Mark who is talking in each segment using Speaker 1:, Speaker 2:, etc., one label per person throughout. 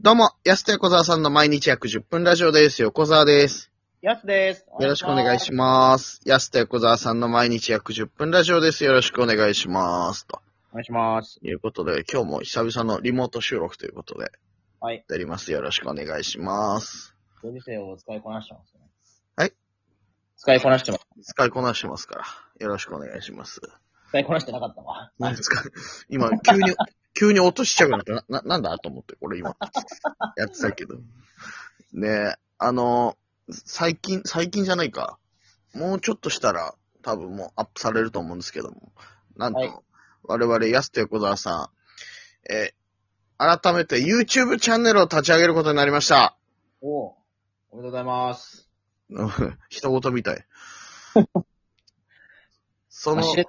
Speaker 1: どうも、安田横沢さんの毎日約10分ラジオです。横沢です。
Speaker 2: やすです。
Speaker 1: よろしくお願い
Speaker 2: ま
Speaker 1: します。安田横沢さんの毎日約10分ラジオです。よろしくお願いします。と
Speaker 2: す。お願いします。
Speaker 1: いうことで、今日も久々のリモート収録ということで、
Speaker 2: はい。
Speaker 1: やります。よろしくお願いします。
Speaker 2: ご時世を使いこなしてますね。
Speaker 1: はい
Speaker 2: 使いこなしてます。
Speaker 1: 使いこなしてますから、よろしくお願いします。
Speaker 2: 使いこなしてなかったわ。
Speaker 1: 何ですか 今、急に、 急に落としちゃうなって、な、ななんだと思って、これ今、やってたけど。ねえ、あの、最近、最近じゃないか。もうちょっとしたら、多分もうアップされると思うんですけども。なんと、
Speaker 2: はい
Speaker 1: 我々、安手横沢さん、えー改めて YouTube チャンネルを立ち上げることになりました。
Speaker 2: おうおめでとうございます。
Speaker 1: 一言み たい。その
Speaker 2: まあしれ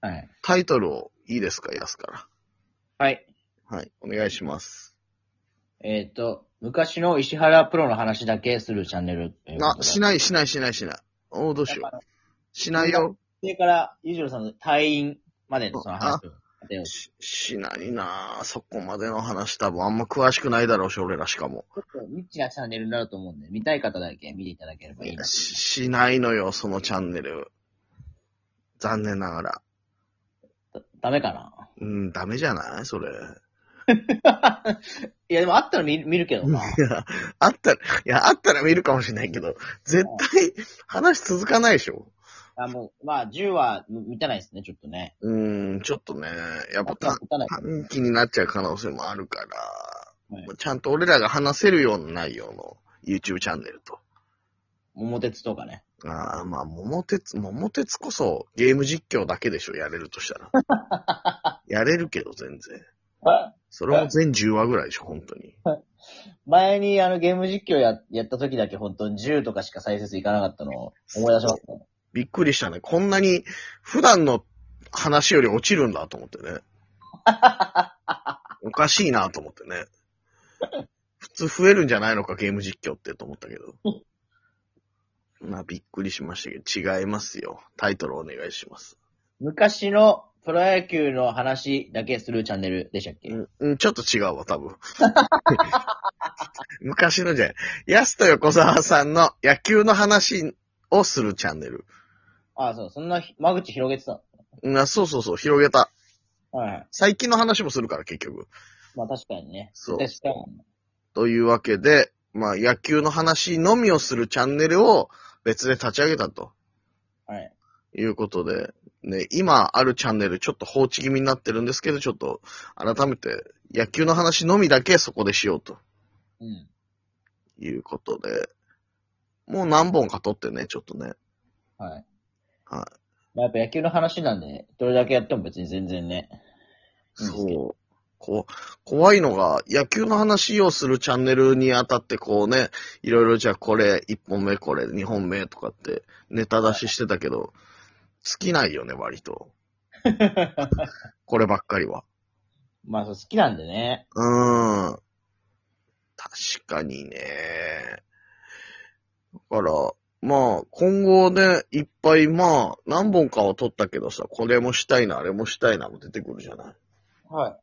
Speaker 2: はい。
Speaker 1: タイトルをいいですか、安か
Speaker 2: はい。
Speaker 1: ら。はい、お願いします。
Speaker 2: えっ、と、昔の石原プロの話だけするチャンネルということ
Speaker 1: あ、
Speaker 2: で。
Speaker 1: しない、しない、しない、しない。おーどうしよ
Speaker 2: だから
Speaker 1: う。しないよ。
Speaker 2: それから、ゆじろさんの退院までのその話を。ち
Speaker 1: ししないなぁ。そこまでの話多分あんま詳しくないだろうし、俺らしかも。
Speaker 2: ょっとニッチなチャンネルになると思うんで、見たい方だけ見ていただければいいな。
Speaker 1: ししないのよ、そのチャンネル。残念ながら。
Speaker 2: ダメかな
Speaker 1: うん、ダメじゃないそれ。
Speaker 2: いや、でもあったら見見るけどな。
Speaker 1: いや、あったら、いや、あったら見るかもしれないけど、絶対話続かないでしょ。
Speaker 2: あ、もう、まあ、10は満たないですね、ちょっとね。
Speaker 1: うーん、ちょっとね、やっぱた
Speaker 2: 満たない。
Speaker 1: 短期になっちゃう可能性もあるから、
Speaker 2: はい
Speaker 1: ちゃんと俺らが話せるような内容の YouTube チャンネルと。
Speaker 2: 桃鉄とかね。
Speaker 1: ああ、まあ、桃鉄、桃鉄こそゲーム実況だけでしょ、やれるとしたら。やれるけど、全然。それも全10話ぐらいでしょ、本当に。
Speaker 2: 前にあのゲーム実況ややった時だけ本当に10とかしか再生数いかなかったのを思い出しましたね。
Speaker 1: びっくりしたね。こんなに普段の話より落ちるんだと思ってね。おかしいなと思ってね。普通増えるんじゃないのか、ゲーム実況ってと思ったけど。まあ、びっくりしましたけど、違いますよ。タイトルお願いします。
Speaker 2: 昔のプロ野球の話だけするチャンネルでしたっけ、
Speaker 1: うんうん、ちょっと違うわ、多分。 昔のじゃない。ヤスと横澤さんの野球の話をするチャンネル。
Speaker 2: ああ、そう、そんなひ間口広げてた
Speaker 1: うんあそうそうそう、広げた。
Speaker 2: の。はい。
Speaker 1: 最近の話もするから、結局。
Speaker 2: まあ確かにね。
Speaker 1: そう
Speaker 2: 確かに。
Speaker 1: というわけで、まあ野球の話のみをするチャンネルを別で立ち上げたと
Speaker 2: はい。
Speaker 1: いうことで、ね、今あるチャンネルちょっと放置気味になってるんですけど、ちょっと改めて野球の話のみだけそこでしようと
Speaker 2: うん。
Speaker 1: いうことで、もう何本か撮ってね、ちょっとね。
Speaker 2: はい。
Speaker 1: は
Speaker 2: まあやっぱ野球の話なんで、どれだけやっても別に全然ね。
Speaker 1: い。
Speaker 2: うん
Speaker 1: そう。こ怖いのが、野球の話をするチャンネルにあたってこうね、いろいろじゃあこれ、1本目これ、2本目とかってネタ出ししてたけど、尽きないよね、割と。 こればっかりは。
Speaker 2: まあそう好きなんでね。
Speaker 1: うーん。確かにね。だから、まあ、今後ね、いっぱい、まあ、何本かは撮ったけどさ、これもしたいな、あれもしたいな、も出てくるじゃない。
Speaker 2: は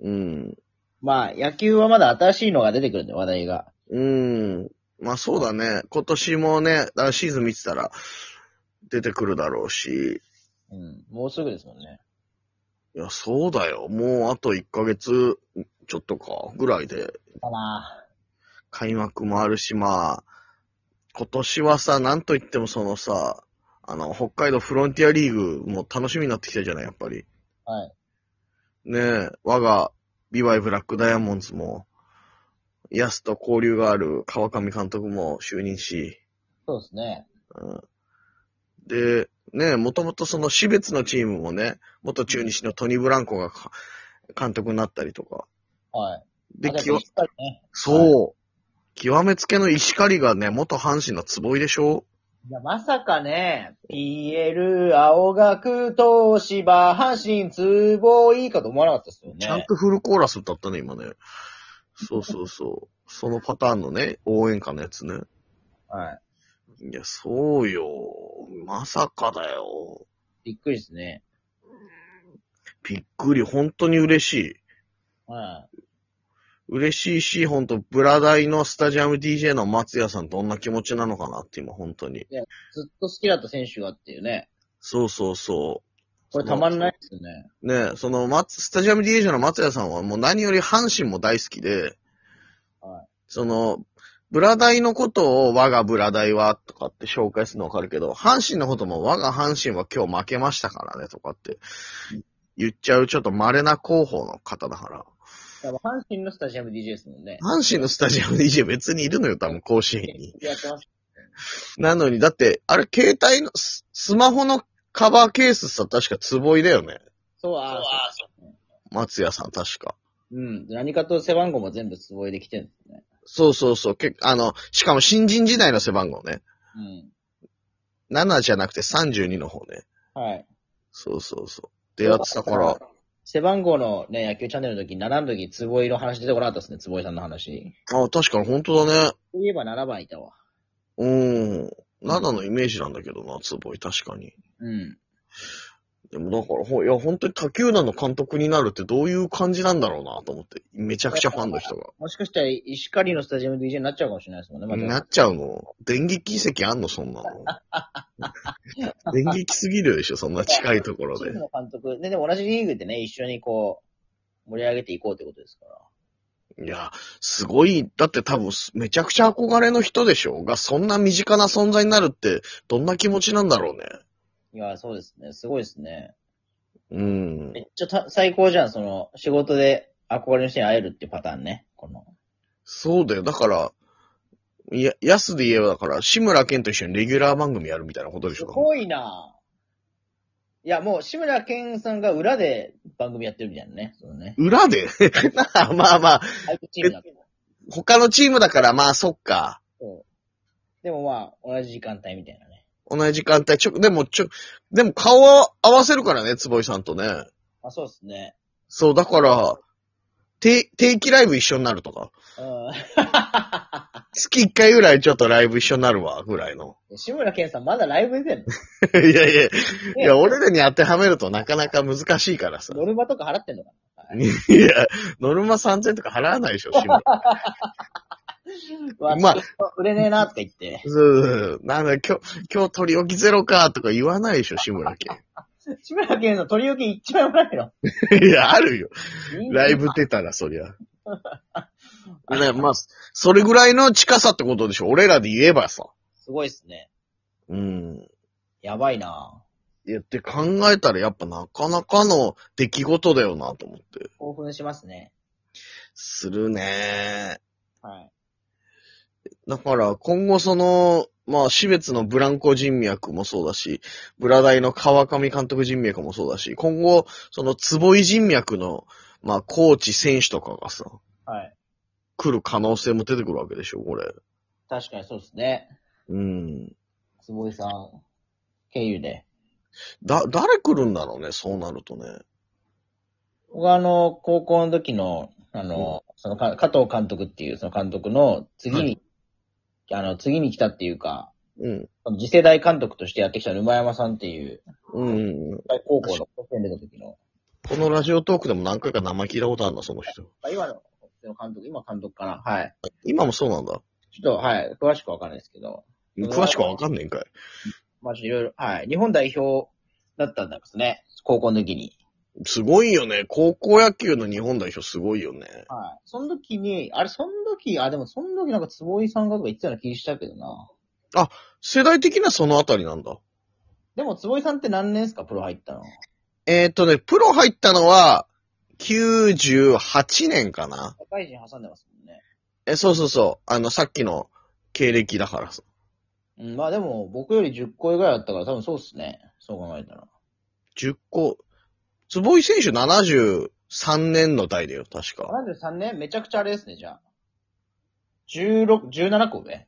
Speaker 2: い。
Speaker 1: うん。
Speaker 2: まあ野球はまだ新しいのが出てくるんで、話題が。
Speaker 1: うん。まあ、そうだね。今年もね、だからシーズン見てたら、出てくるだろうし。
Speaker 2: うん。もうすぐですもんね。
Speaker 1: いや、そうだよ。もうあと1ヶ月、ちょっとか、ぐらいで、
Speaker 2: かな
Speaker 1: 開幕もあるし、まあ、今年はさ、なんといってもそのさ、あの、北海道フロンティアリーグも楽しみになってきたじゃない、やっぱり。
Speaker 2: はい。
Speaker 1: ねえ、我が、ビワイブラックダイヤモンズも、ヤスと交流がある川上監督も就任し、
Speaker 2: そうですね。
Speaker 1: うんで、ねえ、もともとその私別のチームもね、元中日のトニー・ブランコがか監督になったりとか。
Speaker 2: はい。
Speaker 1: で、
Speaker 2: あ
Speaker 1: き
Speaker 2: も
Speaker 1: わ
Speaker 2: しっかりね。
Speaker 1: そう。極めつけの石狩がね、元阪神の坪井でしょ
Speaker 2: いや、まさかね、PL、青学、東芝、阪神、通防いいかと思わなかったですよね。
Speaker 1: ちゃんとフルコーラス歌ったね、今ね。そうそう そう。そのパターンのね、応援歌のやつね。
Speaker 2: はい
Speaker 1: や、そうよ。まさかだよ。
Speaker 2: い。びっくりですね。
Speaker 1: びっくり、本当に嬉しい。
Speaker 2: は
Speaker 1: 嬉しいし、本当ブラダイのスタジアム DJ の松屋さんどんな気持ちなのかなって今、本当に。
Speaker 2: ずっと好きだった選手がっていうね。
Speaker 1: そうそうそう。
Speaker 2: これたまんないですよね。
Speaker 1: ねえ、その、ま、スタジアム DJ の松屋さんはもう何より阪神も大好きで、
Speaker 2: はい
Speaker 1: その、ブラダイのことを我がブラダイはとかって紹介するのわかるけど、阪神のことも我が阪神は今日負けましたからねとかって言っちゃうちょっと稀な広報の方だから。
Speaker 2: 多分阪神のスタジアム DJ ですもんね。
Speaker 1: 阪神のスタジアム DJ 別にいるのよ、多分甲子園に。
Speaker 2: やってます。
Speaker 1: なのに、だって、あれ携帯のス、スマホのカバーケースさ、確かつぼいだよね。
Speaker 2: そう、ああ、そ
Speaker 1: 松屋さん確か。
Speaker 2: う。うん。何かと背番号も全部つぼいできてるんですね。
Speaker 1: そうそうそう。けあの、しかも新人時代の背番号ね。7じゃなくて32の方ね。
Speaker 2: うん。はい。
Speaker 1: そうそうそう。ってやつだから、。
Speaker 2: 背番号のね、野球チャンネルの時、7の時、つぼいの話出てこなかったですね、つぼいさんの話。
Speaker 1: あ確かに本当だね。
Speaker 2: そういえば7番いたわ。
Speaker 1: うーん。7のイメージなんだけどな、つぼい、確かに。
Speaker 2: うん。
Speaker 1: でもだから、ほいや、本当に他球団の監督になるってどういう感じなんだろうな、と思って。めちゃくちゃファンの人が。
Speaker 2: もしかしたら、石狩のスタジアム DJ になっちゃうかもしれないですもんね、また
Speaker 1: なっちゃうの電撃席あんのそんなの。電撃すぎるでしょそんな近いところ
Speaker 2: チー
Speaker 1: で
Speaker 2: ム。の監督、ね、でも同じリーグでね、一緒にこう、盛り上げていこうってことですから。
Speaker 1: いや、すごい、だって多分、めちゃくちゃ憧れの人でしょが、そんな身近な存在になるって、どんな気持ちなんだろうね。
Speaker 2: いや、そうですね。すごいですね。
Speaker 1: うん
Speaker 2: め。っちゃた最高じゃん、その、仕事で憧れの人に会えるってパターンね。この。
Speaker 1: そうだよ。だから、いや、安で言えばだから、志村けんと一緒にレギュラー番組やるみたいなことでし
Speaker 2: す
Speaker 1: ょ
Speaker 2: ごいないや、もう、志村けんさんが裏で番組やってるみたいなね。そのね。
Speaker 1: 裏で まあまあ、
Speaker 2: 相手チームだけど。
Speaker 1: 他のチームだから、まあそっか。
Speaker 2: でもまあ、同じ時間帯みたいなね。
Speaker 1: 同じ時間帯、ちょ、でもちょ、でも顔は合わせるからね、坪井さんとね。
Speaker 2: あ、そうですね。
Speaker 1: そう、だから、定定期ライブ一緒になるとか。
Speaker 2: う
Speaker 1: 月1回ぐらいちょっとライブ一緒になるわ、ぐらいの。
Speaker 2: ん。志村けんさんまだライブ出てんの
Speaker 1: いやいや、いや、俺らに当てはめるとなかなか難しいからさ。
Speaker 2: ノルマとか払ってんのか
Speaker 1: いや、ノルマ3000とか払わないでしょ、志村
Speaker 2: な
Speaker 1: まあ
Speaker 2: うわちょっと売れねえなとか言って。
Speaker 1: そうそうそうなんだ、今日、今日取り置きゼロか、とか言わないでしょ、志村け
Speaker 2: 志村けんさん取り置き一枚もないの。
Speaker 1: ん。いや、あるよ。ライブ出たら、そりゃ。 ね、まあ、それぐらいの近さってことでしょ、俺らで言えばさ。
Speaker 2: すごいっすね。
Speaker 1: うん。
Speaker 2: やばいない
Speaker 1: や、って考えたらやっぱなかなかの出来事だよなと思って。
Speaker 2: 興奮しますね。
Speaker 1: するね
Speaker 2: はい。
Speaker 1: だから今後その、まあ、私別のブランコ人脈もそうだし、ブラダイの川上監督人脈もそうだし、今後、その坪井人脈の、まあ、コーチ選手とかがさ、
Speaker 2: はい。
Speaker 1: 来る可能性も出てくるわけでしょ、これ。
Speaker 2: 確かにそうですね。
Speaker 1: うん。
Speaker 2: 坪井さん、経由で。
Speaker 1: だ、誰来るんだろうね、そうなるとね。
Speaker 2: 僕はあの、高校の時の、あの、そのか、加藤監督っていう、その監督の次に、あの、次に来たっていうか、
Speaker 1: うん。
Speaker 2: 次世代監督としてやってきた沼山さんっていう、
Speaker 1: うん。
Speaker 2: 高校の高校に出た時の、
Speaker 1: このラジオトークでも何回か名前聞いたことあるな、その人。
Speaker 2: まあ今の監督、今監督かな。はい。
Speaker 1: 今もそうなんだ。
Speaker 2: ちょっと、はい、詳しくわかんないですけど、
Speaker 1: 詳しくはわかんねえんかい。
Speaker 2: まあ、ちょっといろいろ、はい、日本代表だったんですね。高校の時に。
Speaker 1: すごいよね。高校野球の日本代表すごいよね。
Speaker 2: はい。その時に、あれ、その時、あ、でもその時なんか坪井さんがとか言ってたような気したけどな。
Speaker 1: 世代的にはそのあたりなんだ。
Speaker 2: でも坪井さんって何年ですか、プロ入ったの。
Speaker 1: えーっとね、プロ入ったのは、98年かな。
Speaker 2: 社会人挟んでますもんね。
Speaker 1: え、そうそうそう。あの、さっきの経歴だからさ。
Speaker 2: うん、まあでも、僕より10個上ぐらいだったから多分そうっすね。そう考えたら。
Speaker 1: 10個。坪井選手73年の代だよ、確か。
Speaker 2: 73年めちゃくちゃあれですね、じゃあ。16、17個上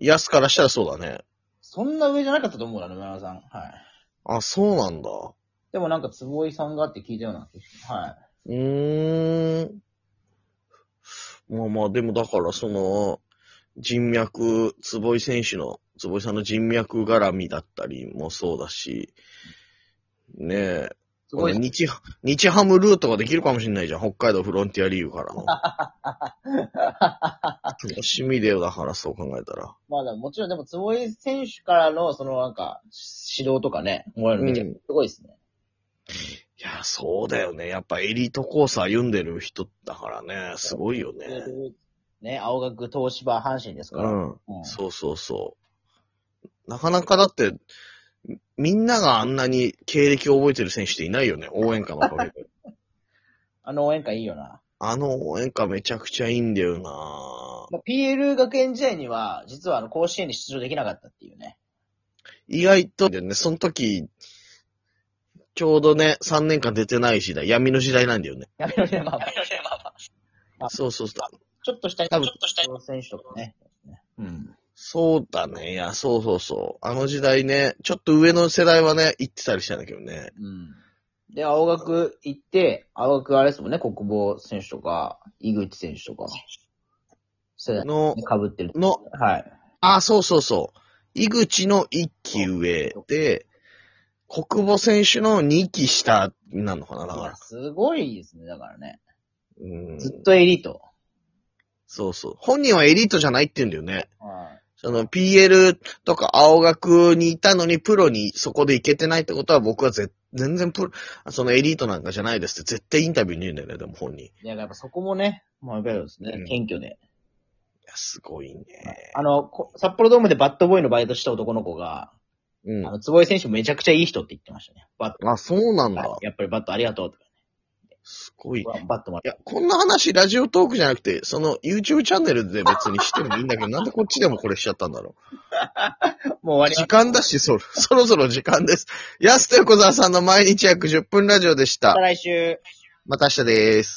Speaker 1: 安からしたらそうだね。
Speaker 2: そんな上じゃなかったと思うな、野村さん。はい。
Speaker 1: あ、そうなんだ。
Speaker 2: でもなんか、坪井さんがって聞いたような気がする。はい。
Speaker 1: うーん。まあまあ、でもだから、その、人脈、坪井選手の、坪井さんの人脈絡みだったりもそうだし、ねえ、
Speaker 2: すごいっすね
Speaker 1: 日、日ハムルートができるかもしれないじゃん、北海道フロンティアリーグからの。楽しみだよ、だからそう考えたら。
Speaker 2: まあでももちろんでも坪井選手からのそのなんか指導とかね、もらえるのめちゃくちゃすごいですね。
Speaker 1: いや、そうだよね。やっぱエリートコース歩んでる人だからね、すごいよね。
Speaker 2: ね、青学、東芝、阪神ですから。
Speaker 1: うん。
Speaker 2: うん
Speaker 1: そうそうそう。なかなかだって、みんながあんなに経歴を覚えてる選手っていないよね、応援歌のおかげで。
Speaker 2: あの応援歌いいよな。
Speaker 1: あの応援歌めちゃくちゃいいんだよな
Speaker 2: まあ、PL 学園時代には、実はあの甲子園に出場できなかったっていうね。
Speaker 1: 意外と、でね、その時、ちょうどね、3年間出てない時代、闇の時代なんだよね。
Speaker 2: やめろね、まあまあ、あ
Speaker 1: そうそうそう。
Speaker 2: ちょっとした、
Speaker 1: 多分
Speaker 2: ちょっとした選手とかね。うん。
Speaker 1: そうだね。いや、そうそうそう。あの時代ね、ちょっと上の世代はね、行ってたりしたんだけどね。
Speaker 2: うん。で、青学行って、青学あれですもんね、国防選手とか、井口選手とか、世代
Speaker 1: の、
Speaker 2: かぶってる。
Speaker 1: の、
Speaker 2: はい。
Speaker 1: あ、そうそうそう。井口の1期上で、国母選手の2期下になるのかな、だから。
Speaker 2: すごいですね、だからね。
Speaker 1: うん。
Speaker 2: ずっとエリート。
Speaker 1: そうそう。本人はエリートじゃないって言うんだよね。
Speaker 2: は
Speaker 1: その PL とか青学にいたのにプロにそこで行けてないってことは僕はぜ全然プロ、そのエリートなんかじゃないですって絶対インタビューに言うんだよね、でも本人。い
Speaker 2: い。いや、やっぱそこもね、もうやっぱりですね
Speaker 1: うん、
Speaker 2: 謙虚で。
Speaker 1: や、すごいね。
Speaker 2: あの、こ札幌ドームでバッドボーイのバイトした男の子が、
Speaker 1: う
Speaker 2: あの、坪井選手めちゃくちゃいい人って言ってましたね。バ
Speaker 1: ん。あ、そうなん
Speaker 2: ッ
Speaker 1: だ
Speaker 2: ト、。やっぱりバットありがとうとか、
Speaker 1: すごい。い
Speaker 2: バットもら
Speaker 1: や、こんな話、ラジオトークじゃなくて、その YouTube チャンネルで別にしてもいいんだけど、なんでこっちでもこれしちゃったんだろう。
Speaker 2: もう終わり
Speaker 1: 時間だし、そろ、そろそろ時間です。安と横澤さんの毎日約10分ラジオでし
Speaker 2: また
Speaker 1: た。
Speaker 2: 来週。
Speaker 1: また明日です。